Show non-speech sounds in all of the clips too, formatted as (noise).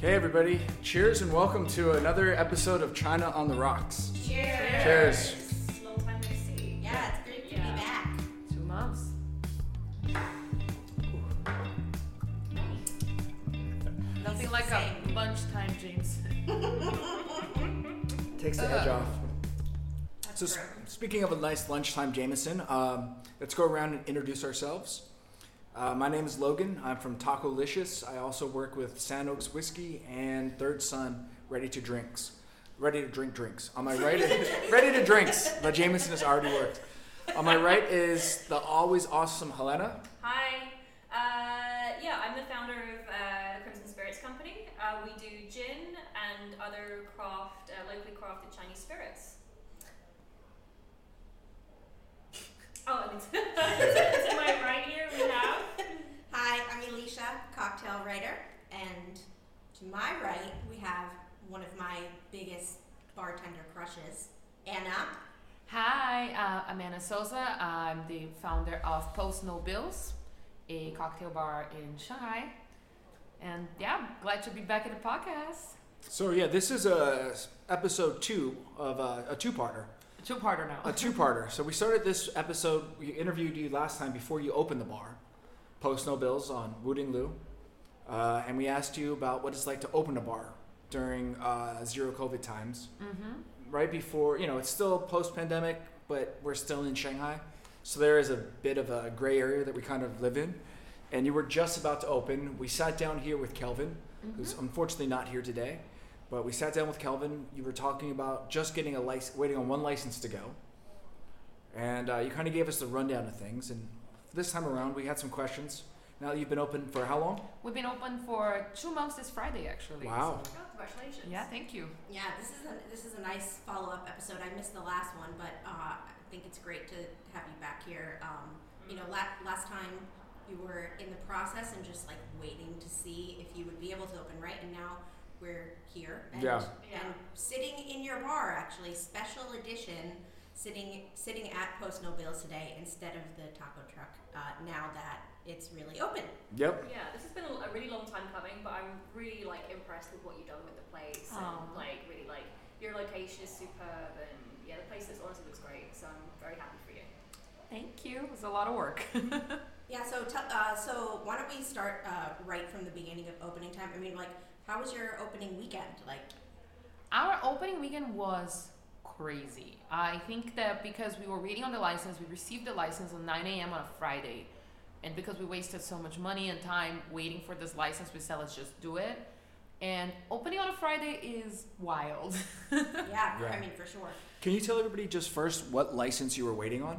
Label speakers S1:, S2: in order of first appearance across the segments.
S1: Hey, everybody. Cheers and welcome to another episode of China on the Rocks.
S2: Cheers.
S1: Cheers.
S2: Long time no see. Yeah, it's great to
S3: Yeah.
S2: be back.
S3: Two months. Nothing like a lunchtime, James.
S1: Takes the edge off.
S2: That's
S1: So,
S2: true.
S1: s- speaking of a nice lunchtime Jameson, um, let's go around and introduce ourselves. Uh, my name is Logan. I'm from Taco Licious. I also work with Sand Oaks Whiskey and Third Son Ready to Drinks. Ready to drink drinks. On my right, (laughs) is, ready to drinks. The Jameson has already worked. On my right is the always awesome Helena.
S4: Hi. Uh, yeah, I'm the founder of uh, Crimson Spirits Company. Uh, we do gin and other craft, uh, locally crafted Chinese spirits. Oh, (laughs) and it's, to my right here we have.
S2: Hi, I'm Alicia, cocktail writer, and to my right we have one of my biggest bartender crushes, Anna.
S3: Hi, uh, I'm Anna Sosa. I'm the founder of Post No Bills, a cocktail bar in Shanghai. And yeah, glad to be back at the podcast.
S1: So yeah, this is a s- episode two of uh, a two-parter.
S3: Two-parter now.
S1: a two-parter. So we started this episode. We interviewed you last time before you opened the bar, post no bills on Wuding Lu, uh, and we asked you about what it's like to open a bar during uh, zero COVID times.
S3: Mm-hmm.
S1: Right before you know, it's still post-pandemic, but we're still in Shanghai, so there is a bit of a gray area that we kind of live in. And you were just about to open. We sat down here with Kelvin who's unfortunately not here today. But we sat down with Kelvin. You were talking about just getting a license, waiting on one license to go, and uh, you kind of gave us the rundown of things. And this time around, we had some questions. Now that you've been open for how long?
S3: We've been open for two months this Friday, actually.
S1: Wow.
S3: so-
S4: Oh, congratulations.
S3: yeah, thank you.
S2: Yeah, this is a, this is a nice follow up episode. I missed the last one, but uh, I think it's great to have you back here. Um, you know, la- last time you were in the process and just like waiting to see if you would be able to open, right? And now we're here and,
S1: Yeah.
S4: Yeah.
S2: and sitting in your bar actually, special edition, sitting sitting at Post No Bills today instead of the taco truck. Uh, now that it's really open,
S1: Yep.
S4: Yeah, this has been a, a really long time coming, but I'm really like impressed with what you've done with the place
S3: Aw.
S4: and like really like your location is superb and yeah, the place is, honestly looks great. So I'm very happy for you.
S3: Thank you. It was a lot of work.
S2: yeah. So tell uh, so why don't we start uh, right from the beginning of opening time? I mean, like, how was your opening weekend? Like.
S3: Our opening weekend was crazy. I think that because we were waiting on the license, we received the license at 9 a.m. on a Friday. And because we wasted so much money and time waiting for this license, we said, let's just do it. And opening on a Friday is wild.
S2: Yeah,
S1: Yeah.
S2: I mean for sure.
S1: Can you tell everybody just first what license you were waiting on?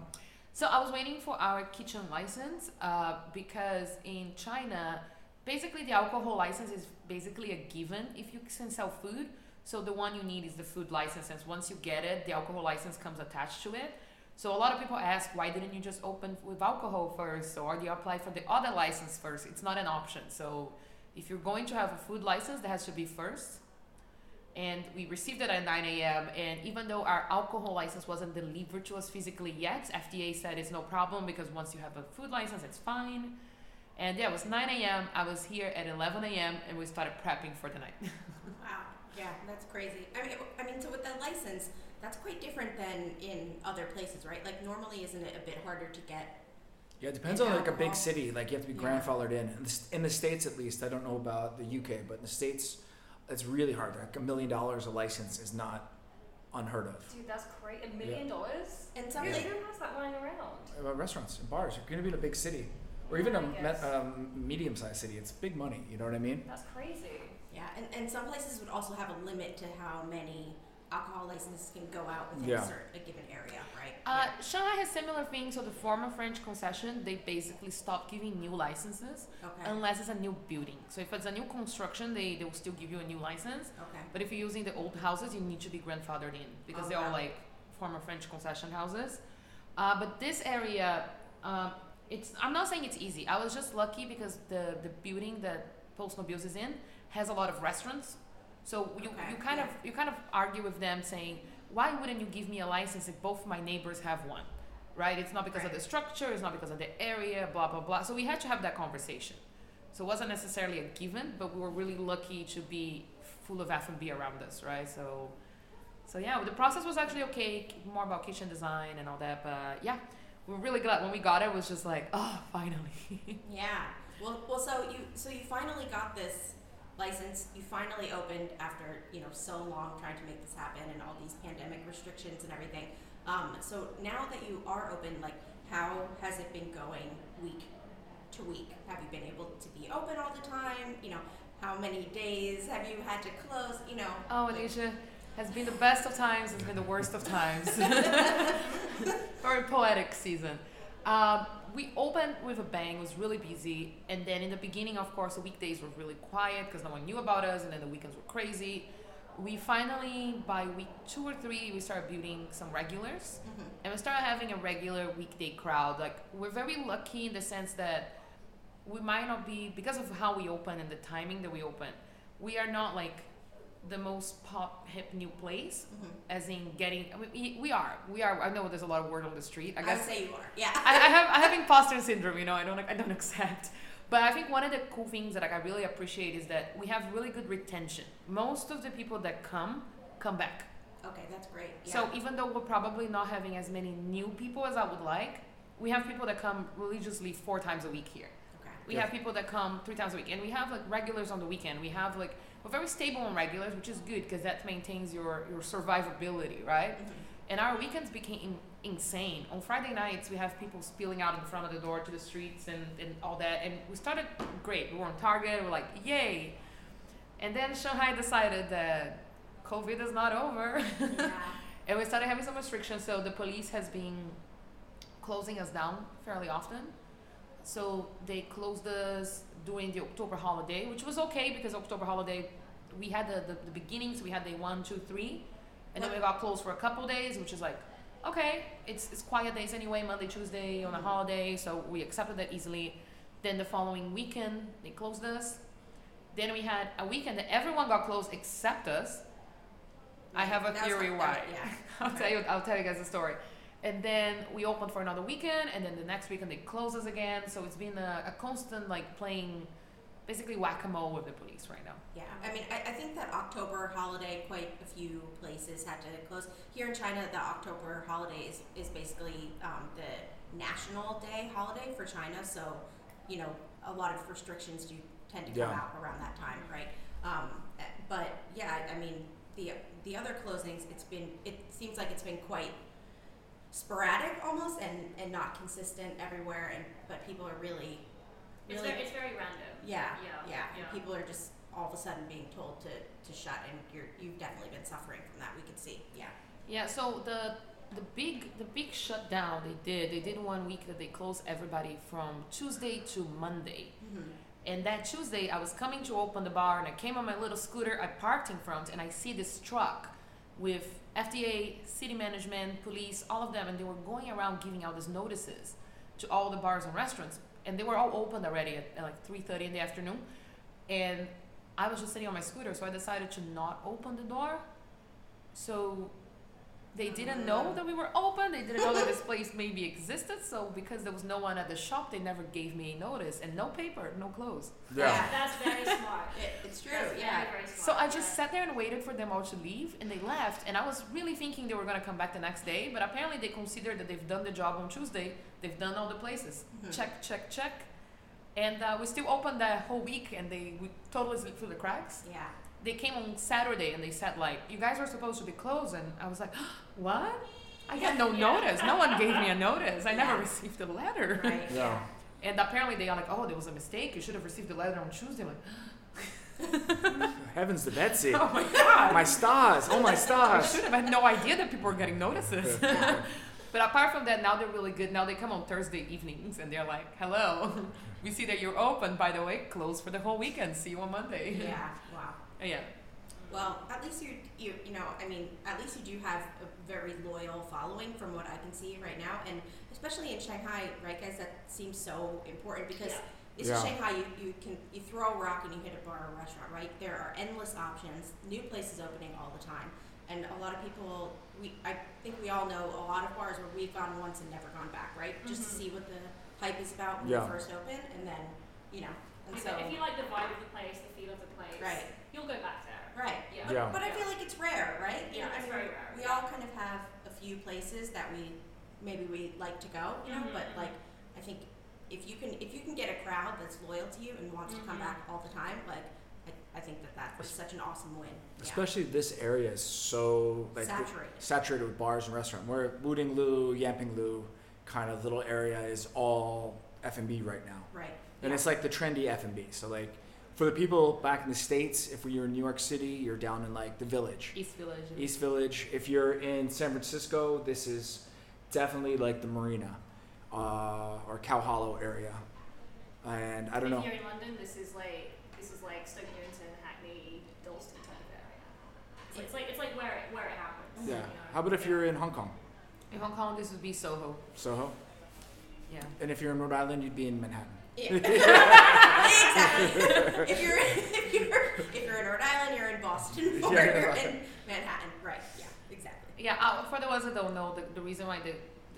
S3: So I was waiting for our kitchen license uh, because in China, basically the alcohol license is basically a given if you can sell food. So the one you need is the food license, and once you get it, the alcohol license comes attached to it. So a lot of people ask, why didn't you just open with alcohol first, or do you apply for the other license first? It's not an option. So if you're going to have a food license, that has to be first. And we received it at 9 a.m. And even though our alcohol license wasn't delivered to us physically yet, FDA said it's no problem because once you have a food license, it's fine. And yeah, it was 9 a.m. I was here at 11 a.m. and we started prepping for the night.
S2: Wow. Yeah, that's crazy. I mean, I mean, so with the license, that's quite different than in other places, right? Like normally, isn't it a bit harder to get?
S1: Yeah, it depends
S2: In
S1: on like a
S2: alcohol.
S1: big city. Like you have to be
S2: Yeah.
S1: grandfathered in. In the, s- in the states, at least, I don't know about the UK, but in the states, it's really hard. Like a million dollars a license is not unheard of.
S4: Dude, that's great. A million dollars?
S2: And some
S4: Who
S2: like,
S4: who has that lying around?
S1: Uh, restaurants and bars. You're going to be in a big city, or even a
S4: I guess.
S1: me- um, medium-sized city. It's big money. You know what I mean?
S4: That's crazy.
S2: yeah, and, and some places would also have a limit to how many alcohol licenses can go out within
S1: Yeah.
S2: a, certain, a given area, right?
S3: (laughs) Uh, Shanghai has similar things. So the former French concession, they basically stopped giving new licenses
S2: Yeah. Okay.
S3: unless it's a new building. So if it's a new construction, they, they will still give you a new license.
S2: okay.
S3: But if you're using the old houses, you need to be grandfathered in because they're all
S2: Okay.
S3: like former French concession houses. Uh, but this area, um, it's I'm not saying it's easy. I was just lucky because the the building that Post Nobles is in has a lot of restaurants. So you,
S2: Okay,
S3: you kind
S2: yeah.
S3: of you kind of argue with them saying, why wouldn't you give me a license if both my neighbors have one? Right? It's not because of
S4: Right.
S3: the structure, it's not because of the area, blah blah blah. So we had to have that conversation. So it wasn't necessarily a given, but we were really lucky to be full of F and B around us, right? So, so yeah, the process was actually okay. More about kitchen design and all that, but yeah, we were really glad when we got it. it was just like, oh, finally. (laughs)
S2: Yeah. Well, well. So you, so you finally got this license. You finally opened after you know so long trying to make this happen and all these pandemic restrictions and everything. Um, so now that you are open, like, how has it been going week to week? Have you been able to be open all the time? You know, how many days have you had to close? You know.
S3: oh,
S2: like-
S3: Alicia has been the best of times. Has been the worst of times. Very poetic season. Um, we opened with a bang. It was really busy, and then in the beginning, of course, the weekdays were really quiet because no one knew about us, and then the weekends were crazy. We finally, by week two or three, we started building some regulars.
S2: Mhm.
S3: and we started having a regular weekday crowd. Like we're very lucky in the sense that we might not be because of how we open and the timing that we open. We are not like the most pop hip new place,
S2: Mhm.
S3: as in getting. I mean, we- we are, we are. I know there's a lot of word on the street. I
S2: I
S3: guess
S2: would say you are. Yeah.
S3: I, I have I have imposter syndrome, you know. I don't I don't accept. But I think one of the cool things that like, I really appreciate is that we have really good retention. Most of the people that come come back.
S2: okay, that's great. Yeah.
S3: So even though we're probably not having as many new people as I would like, we have people that come religiously four times a week here.
S2: okay.
S3: We
S1: Yeah.
S3: have people that come three times a week, and we have like regulars on the weekend. We have like we're very stable on regulars, which is good because that maintains your your survivability, right?
S2: Mhm.
S3: And our weekends became insane. On Friday nights, we have people spilling out in front of the door to the streets and, and all that. And we started great. We were on target. We're like, yay. And then Shanghai decided that COVID is not over.
S2: yeah.
S3: And we started having some restrictions, so the police has been closing us down fairly often. So they closed us during the October holiday, which was okay because October holiday, we had the, the, the beginnings, we had day one, two, three, and then we got closed for a couple days, which is like, okay, it's, it's quiet days anyway, Monday, Tuesday on a
S2: Mhm.
S3: holiday, so we accepted that easily. Then the following weekend, they closed us. Then we had a weekend that everyone got closed except us. (laughs) I have a
S2: That's
S3: theory
S2: not-
S3: why.
S2: Mm-hmm. that- yeah.
S3: I'll tell you. I'll tell you guys the story. And then we opened for another weekend, and then the next weekend they close us again. So it's been a, a constant like playing, basically whack a mole with the police right now.
S2: Yeah, I mean, I, I think that October holiday, quite a few places had to close. Here in China, the October holiday is, is basically um, the national day holiday for China. So, you know, a lot of restrictions do tend to come
S1: Yeah.
S2: out around that time, right? Um, eh, but yeah, I- I mean, the the other closings, it's been it seems like it's been quite sporadic almost, and and not consistent everywhere. And but people are really,
S4: It's,
S2: really
S4: very, it's very random.
S2: yeah,
S4: Yeah,
S2: yeah. and
S4: yeah.
S2: People are just all of a sudden being told to, to shut, and you're you've definitely been suffering from that. We can see. Yeah.
S3: Yeah. So the the big the big shutdown they did. They did one week that they closed everybody from Tuesday to Monday.
S2: Mm-hmm.
S3: And that Tuesday, I was coming to open the bar, and I came on my little scooter. I parked in front, and I see this truck with FDA, city management, police, all of them, and they were going around giving out these notices to all the bars and restaurants, and they were all open already at, at like 3:30 in the afternoon. And I was just sitting on my scooter, so I decided to not open the door. So they didn't know that we were open. They didn't know that this place maybe existed. So because there was no one at the shop, they never gave me a notice and no paper, no clothes.
S1: Yeah.
S4: That's (laughs) very smart.
S2: it's true.
S4: That's
S2: yeah.
S4: very, very
S3: So
S4: smart.
S3: I just
S4: yeah.
S3: sat there and waited for them all to leave, and they left. And I was really thinking they were gonna come back the next day, but apparently they considered that they've done the job on Tuesday. They've done all the places.
S2: Mhm.
S3: Check, check, check. And uh, we still opened that whole week, and they we totally slipped through the cracks.
S2: Yeah.
S3: They came on Saturday and they said like, "You guys were supposed to be closed," and I was like, (gasps) "What? I got no
S4: Yeah.
S3: notice. No one gave me a notice. I never
S2: Yeah.
S3: received a letter." (laughs)
S2: Right.
S1: Yeah.
S3: And apparently they are like, "Oh, there was a mistake. You should have received the letter on Tuesday." I'm like,
S1: (laughs) Heavens to Betsy.
S3: (laughs) "Oh my god."
S1: My stars. Oh, my
S3: I
S1: stars.
S3: should have had no idea that people were getting notices. (laughs) but apart from that, now they're really good. Now they come on Thursday evenings and they're like, hello, (laughs) we see that you're open, by the way, closed for the whole weekend. See you on Monday. (laughs) Oh,
S2: Yeah. Wow.
S3: yeah.
S2: Well, at least you you you know, I mean, at least you do have a very loyal following from what I can see right now, and especially in Shanghai, right, guys? That seems so important because
S4: Yeah.
S2: it's
S1: Yeah.
S2: Shanghai. You, you can you throw a rock and you hit a bar or restaurant, right? There are endless options, new places opening all the time, and a lot of people. We I think we all know a lot of bars where we've gone once and never gone back, right? Just to
S4: Mhm.
S2: see what the hype is about when
S1: Yeah.
S2: you first open, and then you know And
S4: If-
S2: so,
S4: if you like the vibe of the place, the feel of the place,
S2: Right.
S4: you'll go back there.
S2: right.
S4: Yeah.
S2: But,
S1: Yeah.
S2: but I feel like it's rare, right? You
S4: Yeah,
S2: know, I
S4: it's
S2: mean,
S4: very rare.
S2: We all kind of have a few places that we maybe we like to go, you know.
S4: Mhm,
S2: But
S4: mhm.
S2: like, I think if you can if you can get a crowd that's loyal to you and wants to
S4: Mhm.
S2: come back all the time, like, I, I think that that is such an awesome win. Yeah.
S1: Especially this area is so like the-
S2: Saturated.
S1: saturated with bars and restaurants. Where Wuding Lu, Yamping Lu, kind of little area is all F and B right now,
S2: Right.
S1: (laughs) and
S2: yeah.
S1: it's like the trendy F and B. So like for the people back in the states, if you're in New York City, you're down in like the Village.
S3: East Village.
S1: East Village. If you're in San Francisco, this is definitely like the Marina uh, or Cow Hollow area. And I don't
S4: if
S1: know.
S4: you're in London, this is like this is like Stoke Newington, Hackney, Dalston type of area. It's, it's like it's like where it where it happens.
S1: Yeah.
S4: You know?
S1: How about if
S4: Yeah.
S1: you're in Hong Kong,
S3: In Hong Kong, this would be Soho.
S1: Soho?
S3: Yeah.
S1: And if you're in Rhode Island, you'd be in Manhattan.
S2: (laughs) Yeah. exactly. if you're (laughs) if you're if you're in Rhode Island, you're in Boston, (laughs) or
S1: Yeah.
S2: you're in Manhattan. Right. Yeah. Exactly.
S3: Yeah, uh, for the ones that don't know, the, the reason why the,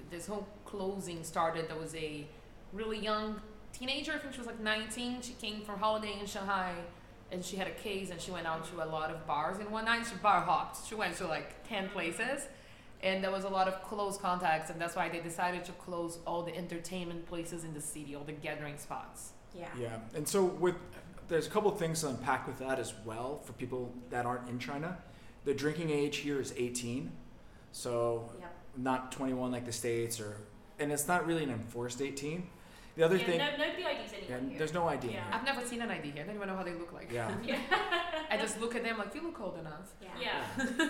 S3: this whole closing started, there was a really young teenager, I think she was like 19. She came from holiday in Shanghai and she had a case and she went out to a lot of bars. And one night she bar hopped. She went to like 10 places and there was a lot of close contacts. And that's why they decided to close all the entertainment places in the city, all the gathering spots.
S2: Yeah.
S1: Yeah. And so with there's a couple things to unpack with that as well for people that aren't in China. The drinking age here is 18, so
S2: Yep.
S1: not 21 like the states, or and it's not really an enforced 18. The other
S4: yeah,
S1: thing,
S4: no, nobody IDs
S1: yeah,
S4: anyone here.
S1: there's no ID. in
S4: Yeah.
S1: here.
S3: I've never seen an ID here. I don't even know how they look like.
S1: Yeah.
S4: yeah.
S3: I just look at them like, you look old enough.
S2: Yeah.
S4: yeah.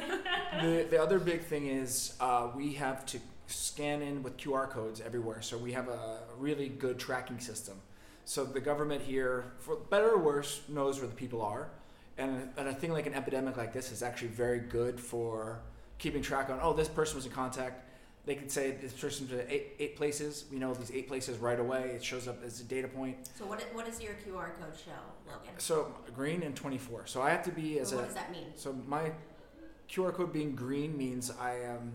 S1: the, the other big thing is uh, we have to scan in with QR codes everywhere. So we have a really good tracking system. So the government here, for better or worse, knows where the people are. And, and a thing like an epidemic like this is actually very good for keeping track on, oh, this person was in contact. They could say this person's at eight, eight places. We know these eight places right away. It shows up as a data point.
S2: So what what does your QR code show, Logan?
S1: So green and 24. So I have to be as
S2: what
S1: a.
S2: does that mean?
S1: So my QR code being green means I am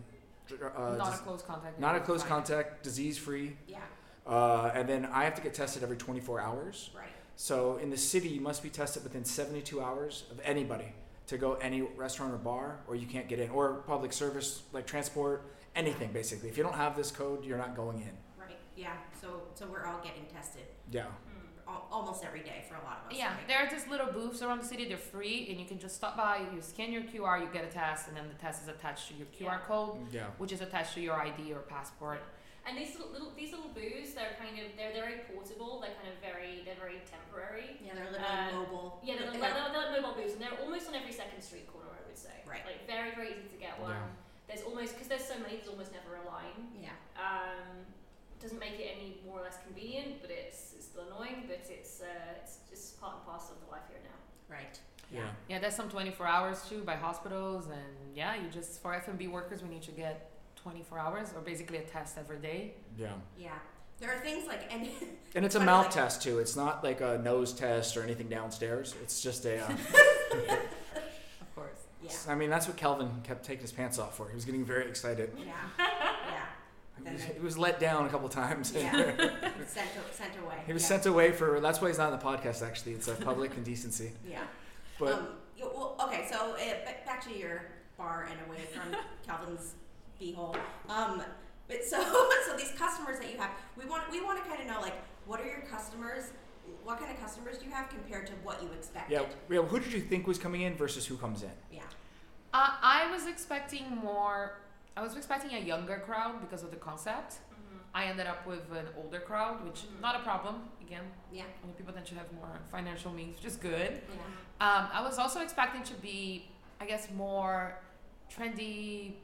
S1: uh,
S3: not a
S1: dis-
S3: close contact.
S1: not a
S3: It's
S1: close
S3: fine.
S1: contact, disease free,
S2: Yeah.
S1: uh, and then I have to get tested every 24 hours.
S2: Right.
S1: So in the city, you must be tested within 72 hours of anybody to go any restaurant or bar, or you can't get in, or public service like transport, anything basically. If you don't have this code, you're not going in.
S2: Right. Yeah. So so we're all getting tested
S1: Yeah,
S4: Hmm.
S2: al- almost every day for a lot of us.
S3: Yeah,
S2: right?
S3: there are just little booths around the city. They're free, and you can just stop by. You scan your QR, you get a test, and then the test is attached to your QR
S4: Yeah.
S3: code,
S1: yeah.
S3: which is attached to your ID or passport.
S4: And these little, little these little booths, they're kind of they're they're very portable. They're kind of very they're very temporary.
S2: Yeah. They're literally
S4: Uh,
S2: mobile.
S4: Yeah, they're, like- (laughs) they're, they're like mobile booths, and they're almost on every second street corner. I would say.
S2: Right.
S4: Like very very easy to get one.
S1: Yeah.
S4: There's almost because there's so many. There's almost never a line.
S2: yeah.
S4: Um, doesn't make it any more or less convenient, but it's it's still annoying. But it's uh, it's just part and parcel of the life here now.
S2: Right.
S1: Yeah.
S3: Yeah, there's some 24 hours too by hospitals, and yeah, you just for F&B workers, we need to get 24 hours or basically a test every day.
S1: yeah.
S2: Yeah. There are things like and
S1: And it's a
S2: But
S1: mouth
S2: like-
S1: test too. It's not like a nose test or anything downstairs. It's just a. Uh,
S3: Of course.
S2: yeah.
S1: I mean, that's what Kelvin kept taking his pants off for. He was getting very excited.
S2: (laughs) Yeah. Yeah.
S1: He was, he was let down a couple times.
S2: Yeah. sent sent away.
S1: (laughs) He was
S2: yeah.
S1: sent away for. That's why he's not in the podcast. Actually, it's a public indecency.
S2: Yeah.
S1: But
S2: um, yeah, well, okay, so uh, ba- back to your bar and away from Calvin's beehole. Um, but so (laughs) so these customers that you have, we want we want to kind of know like what are your customers, what kind of customers do you have compared to what you expected?
S1: yeah, yeah, who did you think was coming in versus who comes in?
S2: Yeah.
S3: Uh, I was expecting more. I was expecting a younger crowd because of the concept. I ended up with an older crowd, which
S4: Mhm.
S3: not a problem. Again,
S2: Yeah.
S3: only people tend to have more financial means, which is good.
S2: Yeah.
S3: Um, I was also expecting to be, I guess, more trendy,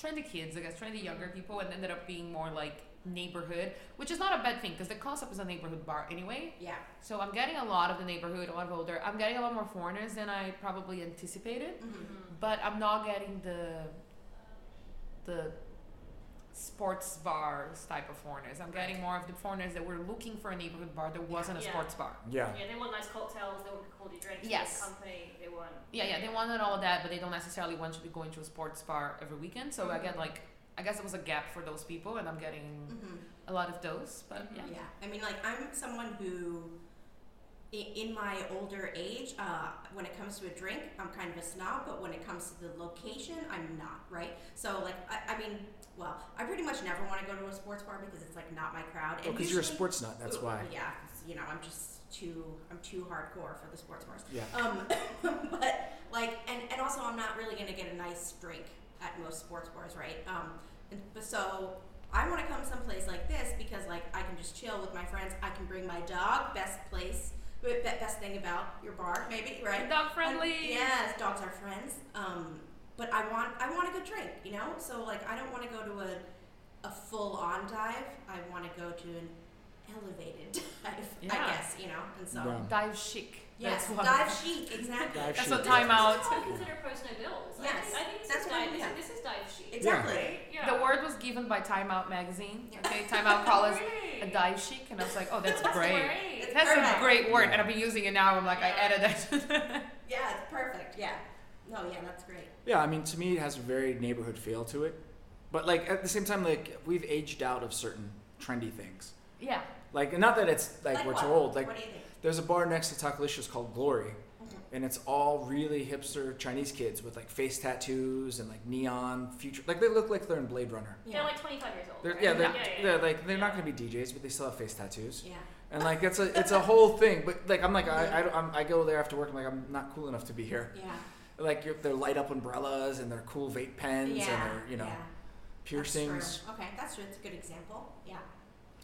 S3: trendy kids. I guess trendy younger people, and ended up being more like neighborhood, which is not a bad thing because the concept is a neighborhood bar anyway.
S2: Yeah.
S3: So I'm getting a lot of the neighborhood, a lot of older. I'm getting a lot more foreigners than I probably anticipated,
S2: hmm
S4: Mm-hmm.
S3: but I'm not getting the the sports bars type of foreigners. I'm getting more of the foreigners that were looking for a neighborhood bar that wasn't a
S4: Yeah.
S3: sports bar.
S1: Yeah,
S4: Yeah, they want nice cocktails. They want quality drinks.
S3: Yes.
S4: They want company. They want.
S3: Yeah, yeah, they wanted all of that, but they don't necessarily want you to be going to a sports bar every weekend. So I get like, I guess it was a gap for those people, and I'm getting
S2: hmm
S3: a lot of those. But yeah,
S2: Yeah. I mean, like I'm someone who i- in my older age, uh, when it comes to a drink, I'm kind of a snob, but when it comes to the location, I'm not, right? So, like, I, I mean, well, I pretty much never want to go to a sports bar because it's, like, not my crowd. And
S1: because Oh, you're a
S2: usually-
S1: sports nut. That's
S2: Ooh,
S1: why.
S2: Yeah, 'cause, you know, I'm just too, I'm too hardcore for the sports bars.
S1: Yeah.
S2: Um, (laughs) but like, and, and also, I'm not really gonna get a nice drink at most sports bars, right? Um, and, but so I want to come someplace like this because like I can just chill with my friends. I can bring my dog. Best place, be- be- best thing about your bar, maybe, right?
S3: Dog friendly.
S2: And- yes, dogs are friends. Um, but I want I want a good drink, you know. So like I don't want to go to a a full on dive. I want to go to an elevated (laughs) dive,
S3: Yeah.
S2: I guess, you know. And so
S1: Yeah.
S3: Dive chic.
S2: yes,
S3: That's what.
S2: dive chic, exactly,
S1: Dive
S3: That's
S1: chic.
S3: a timeout.
S4: This is how I consider personal bills. I
S2: Yes,
S4: think- I think this
S2: that's
S4: is
S2: what I
S4: dive.
S2: mean,
S4: This, is, this is dive sheet.
S2: exactly.
S4: Yeah.
S3: The word was given by Time Out magazine.
S2: Yeah.
S3: Okay, Time Out called us (laughs)
S4: Great.
S3: a dive chic, and I was like, oh, (laughs) that's
S4: That's
S3: great.
S2: It's
S3: That's a
S2: perfect.
S3: great word, and I've been using it now. I'm like, I
S4: Yeah.
S3: added that. (laughs)
S2: Yeah, it's perfect. Yeah. No, yeah, that's great.
S1: Yeah, I mean, to me, it has a very neighborhood feel to it. But like at the same time, like we've aged out of certain trendy things.
S3: yeah.
S1: Like not that it's like, we're
S2: what?
S1: too old. Like
S2: what do you think?
S1: there's a bar next to Takalicious called Glory,
S2: Mhm.
S1: and it's all really hipster Chinese kids with like face tattoos and like neon future. Like they look like they're in Blade Runner.
S4: They're like 25 years old.
S1: They're,
S4: right?
S1: yeah, they're,
S4: yeah, yeah.
S1: they're like they're not
S4: Yeah.
S1: gonna be DJs, but they still have face tattoos,
S2: yeah.
S1: and like that's a it's a whole thing. But like I'm like I I, don't- I'm, I go there after work. I'm like I'm not cool enough to be here.
S2: Yeah.
S1: Like your- their light up umbrellas and their cool vape pens
S2: yeah.
S1: and their you know
S2: yeah. That's true.
S1: piercings.
S2: Okay, that's true. It's a good example. Yeah.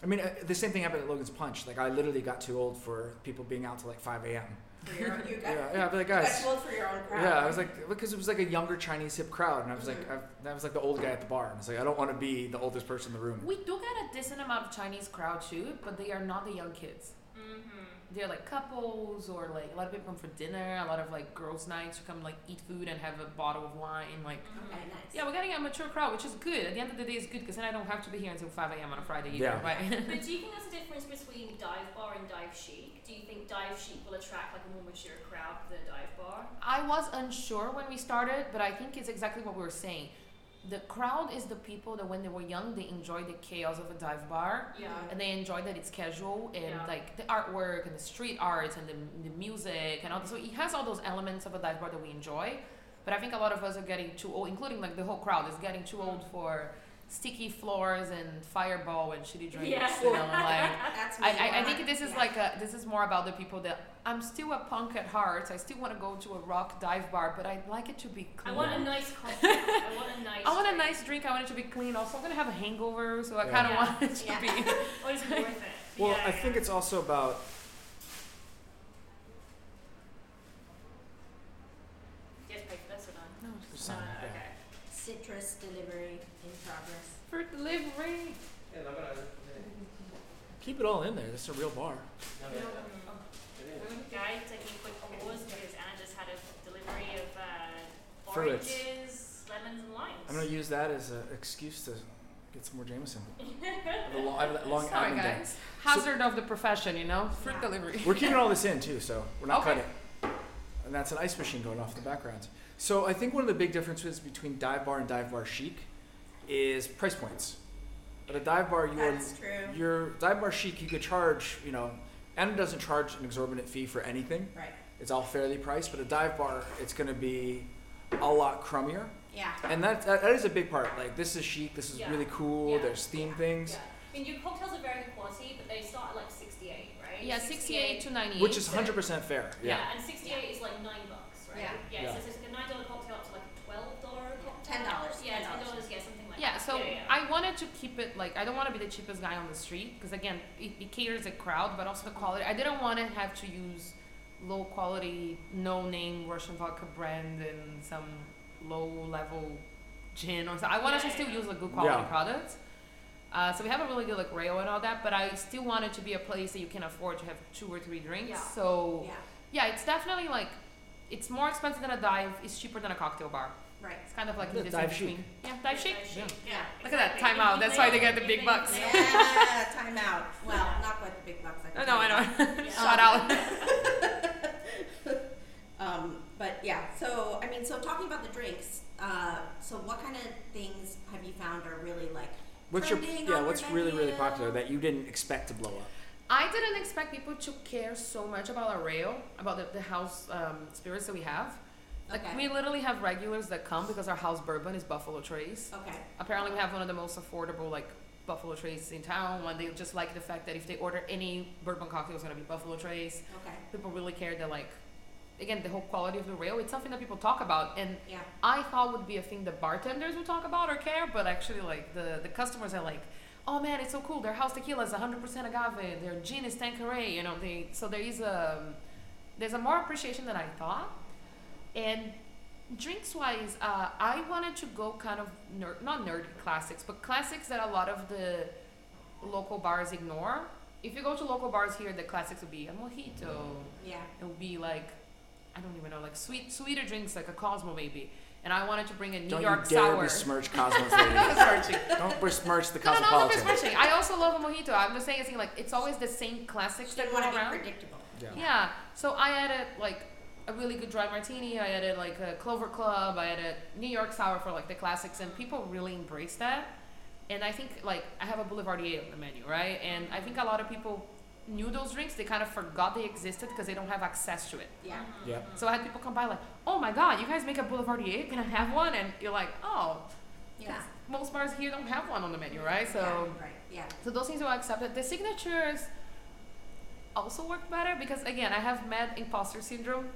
S1: I mean, uh, the same thing happened at Logan's Punch. Like, I literally got too old for people being out till like 5
S2: (laughs)
S1: a.m.
S2: For your
S1: (laughs)
S2: own, you got,
S1: Yeah, yeah, but like,
S2: you got
S1: guys.
S2: told for your own crowd.
S1: Yeah, I was like, because it was like a younger Chinese hip crowd, and I was
S3: Mm-hmm.
S1: like, I, I was like the old guy at the bar. I was like, I don't want to be the oldest person in the room.
S3: We do get a decent amount of Chinese crowd too, but they are not the young kids.
S4: Mm-hmm.
S3: They're like couples or like a lot of people come for dinner, a lot of like girls' nights who come like eat food and have a bottle of wine. Like,
S2: okay,
S4: mm-hmm.
S2: nice.
S3: yeah, we're getting a mature crowd, which is good. At the end of the day, it's good because then I don't have to be here until 5 a.m. on a Friday
S1: Yeah.
S3: either. Right? (laughs)
S4: But do you think there's a difference between dive bar and dive chic? Do you think dive chic will attract like a more mature crowd than a dive bar?
S3: I was unsure when we started, but I think it's exactly what we were saying. The crowd is the people that when they were young, they enjoyed the chaos of a dive bar.
S4: Yeah.
S3: And they enjoy that it's casual and
S4: Yeah.
S3: like the artwork and the street arts and the, the music and all. So it has all those elements of a dive bar that we enjoy. But I think a lot of us are getting too old, including like the whole crowd is getting too old for sticky floors and fireball and shitty drinks.
S4: Yeah.
S3: You know, and, like
S4: (laughs)
S2: That's me.
S3: I, I, I
S2: Why
S3: think
S2: not?
S3: this is
S2: Yeah.
S3: like a this is more about the people that I'm still a punk at heart. I still want to go to a rock dive bar, but I'd like it to be
S4: I
S3: clean.
S4: want a
S3: (laughs)
S4: nice coffee. I want a nice.
S3: I want a
S4: drink.
S3: nice drink. I want it to be clean. Also, I'm gonna have a hangover, so I
S1: Yeah.
S3: kind of
S4: Yeah.
S3: want it to
S2: Yeah.
S4: (laughs)
S3: be. (laughs)
S4: Or is it worth it?
S1: Well,
S4: yeah,
S1: I think
S4: yeah.
S1: it's also about.
S4: Yes, babe, that's what I'm.
S3: No,
S1: There's
S3: just
S1: some-
S4: Uh,
S1: yeah.
S4: okay.
S2: citrus delivery in progress.
S3: for delivery.
S1: Keep it all in there. This is a real bar.
S4: Mhm. Guys, taking a quick pause because Anna just had a delivery of uh,
S1: Fruits.
S4: oranges, lemons, and limes.
S1: I'm gonna use that as an excuse to get some more
S3: (laughs)
S1: Jameson. I have a long, I have a long
S3: Sorry,
S1: admin day.
S3: guys. Hazard of the profession, you know, fruit
S2: Yeah.
S3: delivery.
S1: We're keeping all this in too, so we're not
S3: Okay.
S1: cutting. And that's an ice machine going off in the background. So I think one of the big differences between dive bar and dive bar chic is price points. At a dive bar, you are
S2: That's true.
S1: your dive bar chic. You could charge, you know, Anna doesn't charge an exorbitant fee for anything.
S2: Right.
S1: It's all fairly priced. But a dive bar, it's going to be a lot crummier,
S2: Yeah.
S1: and that, that that is a big part. Like this is chic. This is
S4: Yeah.
S1: really cool.
S4: Yeah.
S1: There's theme
S2: Yeah.
S1: things.
S4: Yeah. I mean, your cocktails are very good quality, but they start at like 68, right?
S3: yeah, 68 to 98.
S1: Which is 100% fair.
S4: Yeah, and 68 is like 9 bucks, right?
S2: Yeah.
S4: Yeah,
S1: Yeah.
S4: so it's like a $9 cocktail up to like a $12 cocktail.
S2: $10,
S4: Yeah, $10,
S2: $10.
S4: yeah, something like
S3: Yeah,
S4: that.
S3: so
S4: yeah, yeah.
S3: I wanted to keep it like I don't want to be the cheapest guy on the street because again, it, it caters a crowd, but also the quality. I didn't want to have to use low quality, no name Russian vodka brand and some low level gin or something. I wanted to
S4: Yeah,
S3: still
S4: yeah.
S3: use like good quality
S1: Yeah.
S3: products. Uh, so we have a really good like rail and all that, but I still wanted to be a place that you can afford to have two or three drinks.
S4: Yeah.
S1: Oh.
S3: So
S2: Yeah.
S3: yeah, it's definitely like it's more expensive than a dive. It's cheaper than a cocktail bar.
S1: (laughs)
S2: Right.
S3: It's kind of like
S1: Yeah,
S3: in this in
S1: dive chic.
S3: between. Yeah, dive chic.
S4: Yeah.
S1: Yeah.
S3: Look at that, time out. That's why they get the big bucks.
S2: Yeah. time out. Well, not quite the big bucks. I
S3: No,
S2: can
S3: no,
S2: tell
S3: I
S2: you.
S3: (laughs) know.
S4: Yeah.
S3: Shout out. (laughs)
S2: Um, but yeah, so I mean, so talking about the drinks, uh, so what kind of things have you found are really like
S1: What's your
S2: Trending
S1: yeah?
S2: on
S1: What's
S2: your
S1: really really
S2: menu.
S1: popular that you didn't expect to blow up?
S3: I didn't expect people to care so much about our rail, about the, the house um, spirits that we have. Like
S2: Okay.
S3: we literally have regulars that come because our house bourbon is Buffalo Trace.
S2: Okay.
S3: Apparently, we have one of the most affordable like Buffalo Trace in town. And they just like the fact that if they order any bourbon cocktail, it's gonna be Buffalo Trace.
S2: Okay.
S3: People really care that like, again, the whole quality of the rail. It's something that people talk about, and
S2: Yeah.
S3: I thought would be a thing the bartenders would talk about or care, but actually, like the the customers are like, oh man, it's so cool. Their house tequila is 100% agave. Their gin is Tanqueray. You know, they so there is a there's a more appreciation than I thought. And drinks wise, uh, I wanted to go kind of ner- not nerdy classics, but classics that a lot of the local bars ignore. If you go to local bars here, the classics would be a mojito
S2: Yeah.
S3: it would be like I don't even know, like sweet sweeter drinks, like a Cosmo maybe. And I wanted to bring a New
S1: Don't
S3: York
S1: you dare
S3: sour.
S1: besmirch Cosmos lady.
S3: Besmirching.
S1: Don't besmirch the
S3: no, no, no, not
S1: cosmopolitan.
S3: besmirching. I also love a mojito. I'm just saying, it's like it's always the same classics
S2: Just
S3: that
S2: didn't
S3: go
S2: want to be
S3: around.
S2: predictable.
S1: Yeah.
S3: Yeah. So I added like a really good dry martini. I added like a Clover Club. I added New York sour for like the classics, and people really embrace that. And I think like I have a Boulevardier on the menu, right? And I think a lot of people knew those drinks. They kind of forgot they existed because they don't have access to it.
S2: Yeah.
S1: Yeah.
S3: So I had people come by like, oh my god, you guys make a Boulevardier? Can I have one? And you're like, oh,
S2: Yeah.
S3: most bars here don't have one on the menu, right? So,
S2: yeah. Right. Yeah.
S3: so those things were accepted. The signatures also work better because again, I have met imposter syndrome,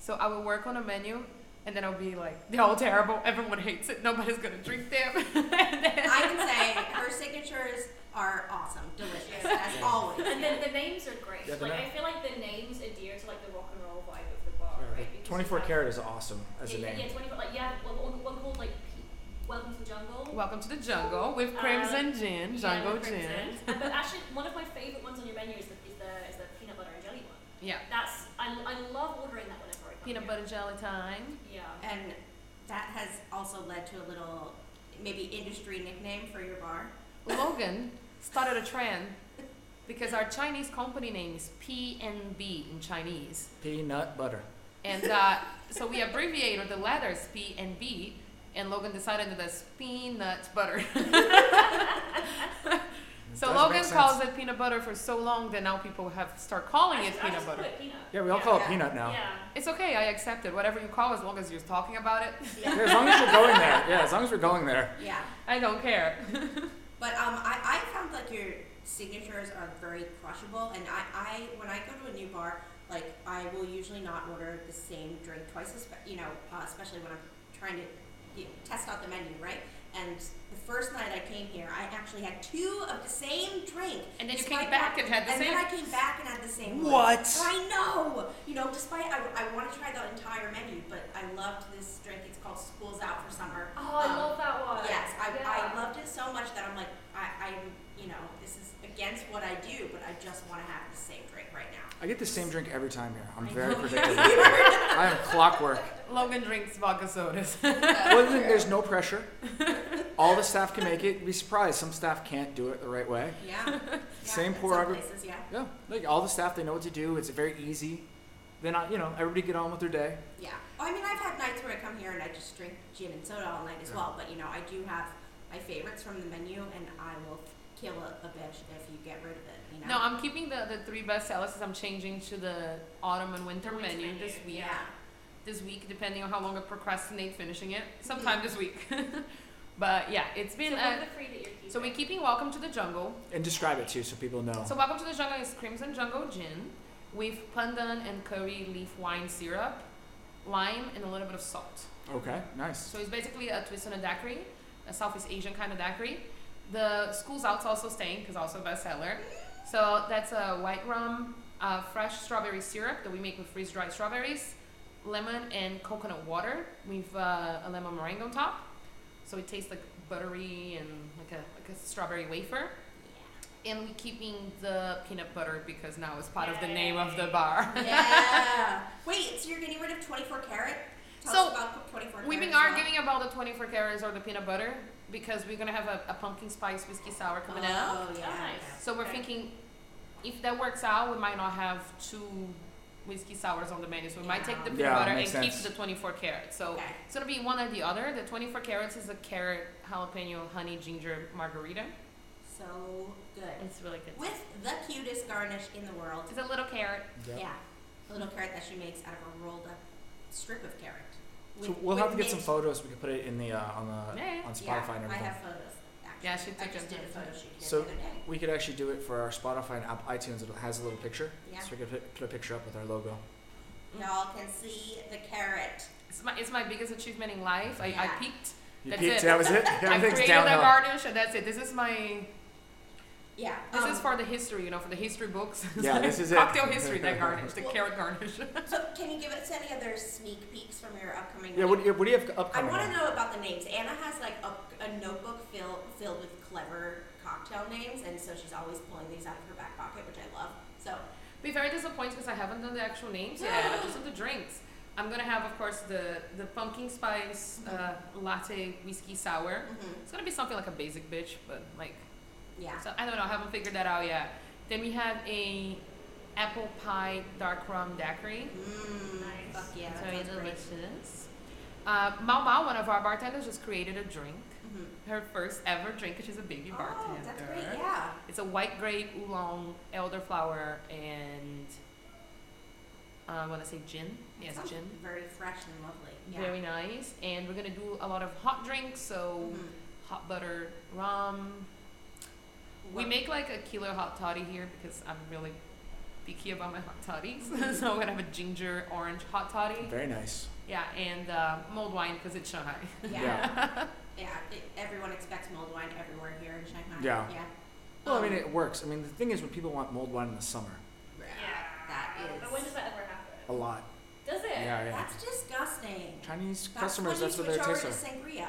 S3: so I will work on a menu. And then I'll be like, they're all terrible. Everyone hates it. Nobody's gonna drink them. (laughs) And then-
S2: I can say her signatures are awesome, delicious, as
S1: Yeah.
S2: always.
S4: And then the names are great.
S1: Yeah, the
S4: like
S1: na-
S4: I feel like the names adhere to like the rock and roll vibe of the bar, right? Because you
S1: 24
S4: have-
S1: karat is awesome as a
S4: yeah,
S1: name.
S4: Yeah, 24. Like yeah, one, one- one called like P- Welcome to the Jungle.
S3: Welcome to the jungle with Crimson Gin,
S4: Yeah,
S3: Jungle
S4: with
S3: Gin.
S4: raisins. Uh, (laughs) but actually, one of my favorite ones on your menu is the is the, is the peanut butter and jelly one.
S3: Yeah,
S4: That's I, I love ordering that whenever I come.
S3: peanut
S4: here.
S3: butter jelly time.
S4: Yeah.
S2: And that has also led to a little maybe industry nickname for your bar.
S3: Logan started a trend because our Chinese company name is PNB in Chinese,
S1: Peanut butter.
S3: and uh, so we abbreviated the letters P and B, and Logan decided that that's peanut butter. (laughs) so
S1: Does
S3: Logan
S1: make sense.
S3: calls it peanut butter for so long that now people have start calling
S4: I
S3: it
S4: just- I
S3: peanut
S4: just call
S3: butter.
S4: it peanut.
S1: Yeah, we all call it
S2: Yeah.
S1: peanut now.
S4: Yeah.
S3: It's okay, I accept it. Whatever you call, as long as you're talking about it,
S1: Yeah, as long as we're going there. Yeah, as long as we're going there.
S2: Yeah.
S3: I don't care.
S2: But um, I, I found like your signatures are very crushable, and I, I when I go to a new bar, like I will usually not order the same drink twice, espe- you know, uh, especially when I'm trying to you know, test out the menu, right? And the first night I came here, I actually had two of the same drink.
S3: And then you
S2: despite
S3: came back
S2: my-
S3: and had the
S2: and
S3: same.
S2: then I came back and had the same. one.
S1: What?
S2: I know. You know, despite I, I want to try the entire menu, but I loved this drink. It's called Schools Out for Summer.
S4: Oh, I
S2: Um,
S4: love that one.
S2: Yes, I,
S4: Yeah.
S2: I loved it so much that I'm like, I, I'm, you know, this is against what I do, but I just want to have the same drink right now.
S1: I get the same drink every time here. I'm
S4: I
S1: very
S4: know.
S1: predictable. I am clockwork.
S3: Logan drinks vodka sodas. (laughs)
S1: Well, then there's no pressure. All the staff can make it. You'd be surprised. Some staff can't do it the right way.
S2: Yeah. (laughs) yeah
S1: Same
S2: in
S1: pour
S2: some
S1: over-
S2: places, yeah.
S1: Yeah, like all the staff, they know what to do. It's very easy. Then I, you know, everybody get on with their day.
S2: Yeah. Oh, I mean, I've had nights where I come here and I just drink gin and soda all night as
S1: Yeah.
S2: well, but you know, I do have my favorites from the menu, and I will kill a, a bitch if you get rid of it. You know.
S3: No, I'm keeping the, the three best sellers. I'm changing to the autumn and winter
S4: Winter
S3: menu
S4: menu,
S3: this week.
S2: yeah.
S3: This week, depending on how long I procrastinate finishing it, sometime this week. (laughs) but yeah, it's
S4: Mm-hmm. So
S3: been.
S4: what are
S3: uh
S4: the three that you're
S3: (laughs)
S4: keeping?
S3: so we're keeping Welcome to the Jungle.
S1: And describe it too, so people know.
S3: So Welcome to the Jungle is Crimson Jungle Gin with pandan and curry leaf wine syrup, lime, and a little bit of salt.
S1: Okay, nice.
S3: So it's basically a twist on a daiquiri, a Southeast Asian kind of daiquiri. The school's out's also staying because also a bestseller. So that's a white rum, uh, fresh strawberry syrup that we make with freeze dried strawberries, lemon and coconut water with uh, a lemon meringue on top. So it tastes like buttery and like a like a strawberry wafer. And we're keeping the peanut butter because now it's part of the name of the bar.
S2: Yeah. yeah. Wait, so you're getting rid of 24 karat? Tell
S3: So,
S2: us about 24
S3: We've
S2: karat
S3: been
S2: as well.
S3: arguing about the 24 carats or the peanut butter because we're gonna have a, a pumpkin spice whiskey sour coming out.
S2: Oh, yeah.
S4: nice.
S3: So we're
S4: Okay.
S3: thinking if that works out, we might not have two whiskey sours on the menu. So we might take the peanut
S1: Yeah,
S3: butter and
S1: makes sense.
S3: keep the 24 carats. So
S2: Okay.
S3: it's gonna be one or the other. The 24 carats is a carrot jalapeno honey ginger margarita.
S2: so good.
S5: It's really good.
S2: With the cutest garnish in the world.
S5: It's a little carrot.
S1: Yeah.
S2: Yeah. A little carrot that she makes out of a rolled up strip of carrot.
S1: So we'll have to get some photos. We can put it in the uh, on the
S5: Yeah, yeah.
S1: on Spotify
S2: yeah,
S1: and
S2: I
S1: everything.
S2: have photos. Actually.
S3: Yeah, she took
S2: I just
S3: them
S2: did a
S3: from-
S2: photo shoot here
S1: So-
S2: the other day.
S1: We could actually do it for our Spotify and app iTunes. It has a little picture,
S2: Yeah.
S1: so we could put, put a picture up with our logo.
S2: Y'all can see the carrot.
S3: It's my, it's my biggest achievement in life. I,
S2: Yeah.
S3: I peaked.
S1: You
S3: That's
S1: peaked.
S3: it.
S1: That was
S2: (laughs)
S1: it.
S3: I
S1: Everything's
S3: created a
S1: downhill.
S3: garnish, and that's it. This is my.
S2: Yeah.
S3: This
S2: um,
S3: is for the history, you know, for the history
S2: (laughs)
S3: books. It's
S1: Yeah,
S3: like
S1: this
S3: (laughs)
S1: is it.
S3: cocktail history. That garnish, the
S2: Well-
S3: carrot garnish.
S2: So, can you give us any other sneak peeks from your upcoming?
S1: Yeah. What, do you- what do you have
S2: I
S1: upcoming?
S2: want to
S1: then?
S2: know about the names. Anna has like a, a notebook filled filled with clever cocktail names, and so she's always pulling these out of her back pocket, which I love. So,
S3: Be very disappointed because I haven't done the actual names yet. I just done the drinks. I'm gonna have, of course, the the pumpkin spice uh, latte whiskey sour.
S2: mhm,
S3: It's gonna be something like a basic bitch, but like
S2: yeah,
S3: So I don't know. I haven't figured that out yet. Then we have a apple pie dark rum daiquiri.
S2: mm,
S5: Nice.
S2: fuck yeah, that
S5: Very
S2: sounds great.
S5: delicious.
S3: Uh, Mau Mau, one of our bartenders, just created a drink.
S2: Mhm.
S3: Her first ever drink. She's a baby
S2: Oh,
S3: bartender.
S2: that's great. Yeah.
S3: It's a white grape oolong elderflower and uh, I want to say gin. Yes,
S2: Sounds
S3: gin.
S2: Very fresh and lovely. Yeah.
S3: Very nice. And we're gonna do a lot of hot drinks. So
S2: Mhm.
S3: hot butter rum. We
S2: What-
S3: make like a killer hot toddy here because I'm really picky about my hot toddies. (laughs) so I'm gonna have a ginger orange hot toddy.
S1: Very nice.
S3: Yeah, and uh, mulled wine because it's Shanghai.
S2: Yeah. Yeah.
S1: Yeah.
S2: it- everyone expects mulled wine everywhere here in Shanghai.
S1: Yeah.
S2: Yeah.
S1: Well, I mean,
S2: Um,
S1: it works. I mean, the thing is, when people want mulled wine in the summer,
S2: yeah.
S4: Yeah.
S2: That is.
S4: But when does that ever happen?
S1: a lot.
S4: Does it?
S1: Yeah, yeah.
S2: That's disgusting.
S1: Chinese
S2: That's
S1: customers,
S2: when you
S1: that's what
S2: switch
S1: their
S2: over
S1: tastes
S2: to
S1: are.
S2: sangria.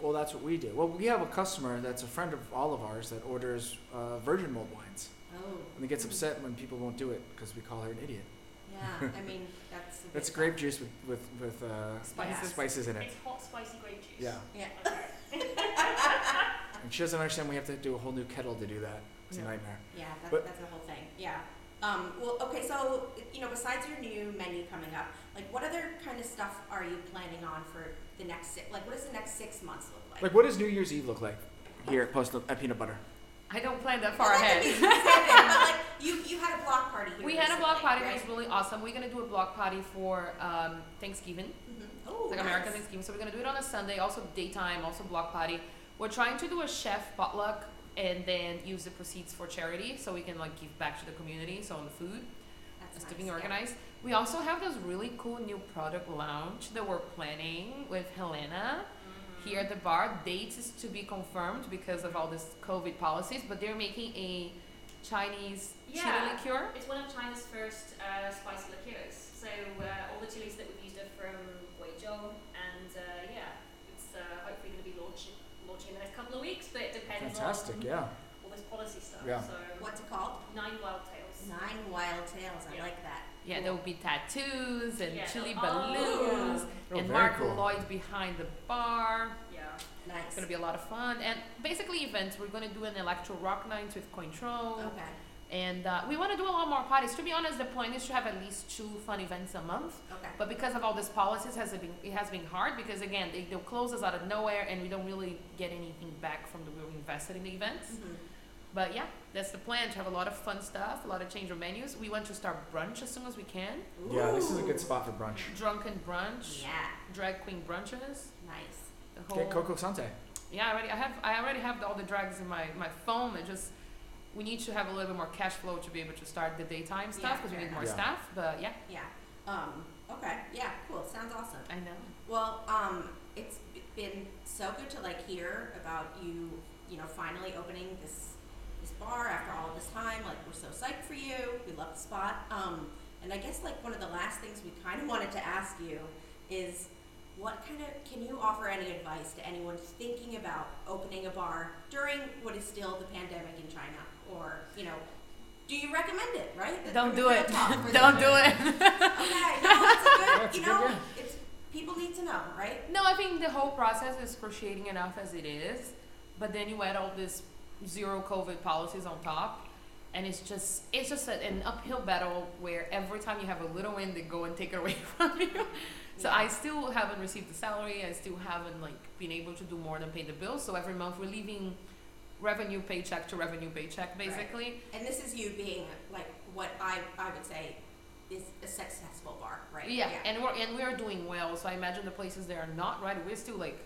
S1: Well, that's what we do. Well, we have a customer that's a friend of all of ours that orders uh, virgin mulled wines,
S2: Oh.
S1: and he gets upset when people won't do it because we call her an idiot.
S2: Yeah, I mean
S1: (laughs)
S2: that's. a bit
S1: It's
S2: tough.
S1: grape juice with with, with uh,
S3: Spices.
S1: spices in it.
S4: It's hot, spicy grape juice.
S1: Yeah,
S4: (laughs)
S2: Yeah.
S1: and she doesn't understand we have to do a whole new kettle to do that. It's a
S3: Yeah.
S1: nightmare.
S2: Yeah, that's,
S1: But-
S2: that's the whole thing. Yeah. Um, well, okay. So you know, besides your new menu coming up, like what other kind of stuff are you planning on for the next six? Like, what does the next six months look like?
S1: Like, what does New Year's Eve look like here at Post at Peanut Butter?
S3: I don't plan that
S2: Well,
S3: far
S2: that could (laughs) be
S3: ahead.
S2: seven, but
S3: (laughs)
S2: like you, you had a block party. Here
S3: We had a block
S2: recently,
S3: party that
S2: Right?
S3: was really awesome. We're gonna do a block party for um, Thanksgiving,
S2: Mhm. Oh,
S3: like
S2: nice.
S3: American Thanksgiving. So we're gonna do it on a Sunday, also daytime, also block party. We're trying to do a chef potluck and then use the proceeds for charity, so we can like give back to the community. So on the food.
S2: That's
S3: It's
S2: nice,
S3: being
S2: yeah.
S3: organized. We also have this really cool new product launch that we're planning with Helena
S4: Mm-hmm.
S3: here at the bar. Dates is to be confirmed because of all this COVID policies, but they're making a Chinese chili
S4: Yeah.
S3: liqueur.
S4: It's one of China's first uh, spicy liqueurs. So uh, all the chilies that we've used are from Guizhou, and uh, yeah, it's uh, hopefully going to be launching launching in the next couple of weeks. But it depends
S1: Fantastic,
S4: on
S1: yeah.
S4: all this policy stuff.
S1: Yeah.
S4: So
S2: What's it called?
S4: nine wild tails.
S2: Nine wild tales. I
S4: Yeah.
S2: like that.
S3: Yeah, there will be tattoos and
S4: Yeah.
S3: chili
S4: Oh.
S3: balloons
S1: Oh,
S3: and
S1: very
S3: Mark
S1: cool.
S3: Lloyd behind the bar.
S4: Yeah.
S2: Nice.
S3: It's gonna be a lot of fun and basically events. We're gonna do an electro rock night with Control.
S1: Oh.
S2: okay.
S3: And uh, we want to do a lot more parties. To be honest, the plan is to have at least two fun events a month.
S2: Okay.
S3: But because of all these policies, has it been it has been hard because again they they'll close us out of nowhere and we don't really get anything back from the we invested in the events.
S1: Mm-hmm.
S2: Mhm.
S3: But yeah, that's the plan to have a lot of fun stuff, a lot of change of menus. We want to start brunch as soon as we can.
S1: Yeah, this is a
S2: Ooh.
S1: good spot for brunch.
S3: Drunken brunch,
S2: Yeah.
S3: drag queen brunches,
S2: Nice.
S3: the whole.
S1: Get Coco Sante.
S3: Yeah, I already I have I already have all the drags in my my phone. It just we need to have a little bit more cash flow to be able to start the daytime
S2: Yeah,
S3: stuff because
S2: fair
S3: we need more
S1: enough. Yeah.
S3: staff. But yeah,
S2: Yeah. Um, okay. Yeah. Cool. Sounds awesome.
S3: I know.
S2: Well, um, it's b- been so good to like hear about you. You know, finally opening this this bar after all this time. Like we're so psyched for you. We love the spot. Um, and I guess like one of the last things we kind of wanted to ask you is what kind of can you offer any advice to anyone thinking about opening a bar during what is still the pandemic in China or you know do you recommend it right
S3: Don't do it.
S2: Talk
S3: (laughs)
S2: for
S3: Don't
S2: the-
S3: do it.
S2: Okay, no, it's
S1: (laughs)
S2: a good.
S1: Yeah, it's
S2: you
S1: a
S2: know,
S1: good, yeah.
S2: it's people need to know, right?
S3: No, I think the whole process is frustrating enough as it is, but then you add all this zero COVID policies on top, and it's just it's just a, an uphill battle where every time you have a little win, they go and take it away (laughs) from you. So I still haven't received the salary. I still haven't like been able to do more than pay the bills. So every month we're leaving revenue paycheck to revenue paycheck, basically.
S2: And this is you being like what I, I would say is a successful bar, right?
S3: Yeah, and we're and we're doing well. So I imagine the places that are not right, we're still like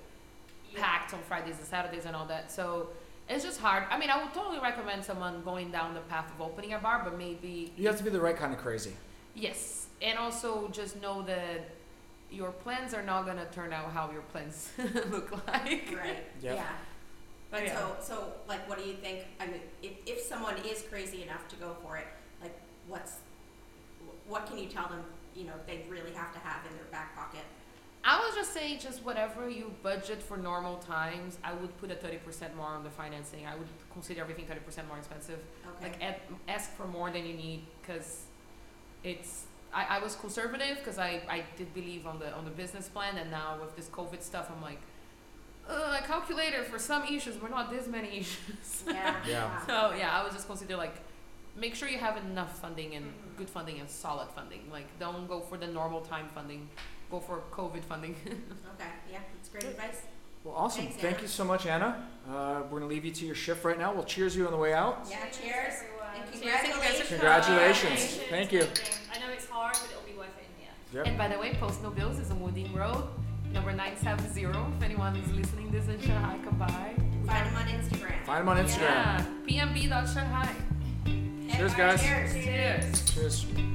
S3: packed on Fridays and Saturdays and all that. So it's just hard. I mean, I would totally recommend someone going down the path of opening a bar, but maybe
S1: You have to be the right kind of crazy.
S3: yes, and also just know that your plans are not gonna turn out how your plans (laughs) look like.
S2: Right.
S1: (laughs) Yep.
S2: Yeah. But
S3: Yeah.
S2: so, so like, what do you think? I mean, if, if someone is crazy enough to go for it, like, what's, what can you tell them? You know, they really have to have in their back pocket.
S3: I would just say just whatever you budget for normal times, I would put a thirty percent more on the financing. I would consider everything thirty percent more expensive.
S2: Okay.
S3: like at, ask for more than you need because it's I, I was conservative because I, I did believe on the on the business plan and now with this covid stuff i'm like uh, I calculated for some issues we're not this many issues
S2: yeah.
S1: Yeah.
S3: (laughs) so yeah i would just consider like make sure you have enough funding and
S4: Mhm.
S3: good funding and solid funding like don't go for the normal time funding go for covid funding
S2: Okay. Yeah. That's great advice.
S1: Well, awesome.
S2: Thanks,
S1: Thank
S2: Anna.
S1: you so much, Anna. Uh, we're going to leave you to your shift right now. We'll cheers you on the way out.
S2: Yeah, cheers.
S4: everyone.
S2: And
S3: you guys are
S2: congratulations.
S1: Congratulations. Thank you.
S4: I know it's hard, but it'll be worth it in the
S1: Yep.
S4: end.
S3: and by the way post no bills is on wooding road number 970 if anyone is listening this in shanghai come by
S2: Find them on Instagram.
S1: Find them on Instagram.
S3: Yeah, PMB.Shanghai.
S2: And
S1: Cheers,
S2: our
S1: guys.
S2: Cheers.
S3: Cheers.
S1: Cheers.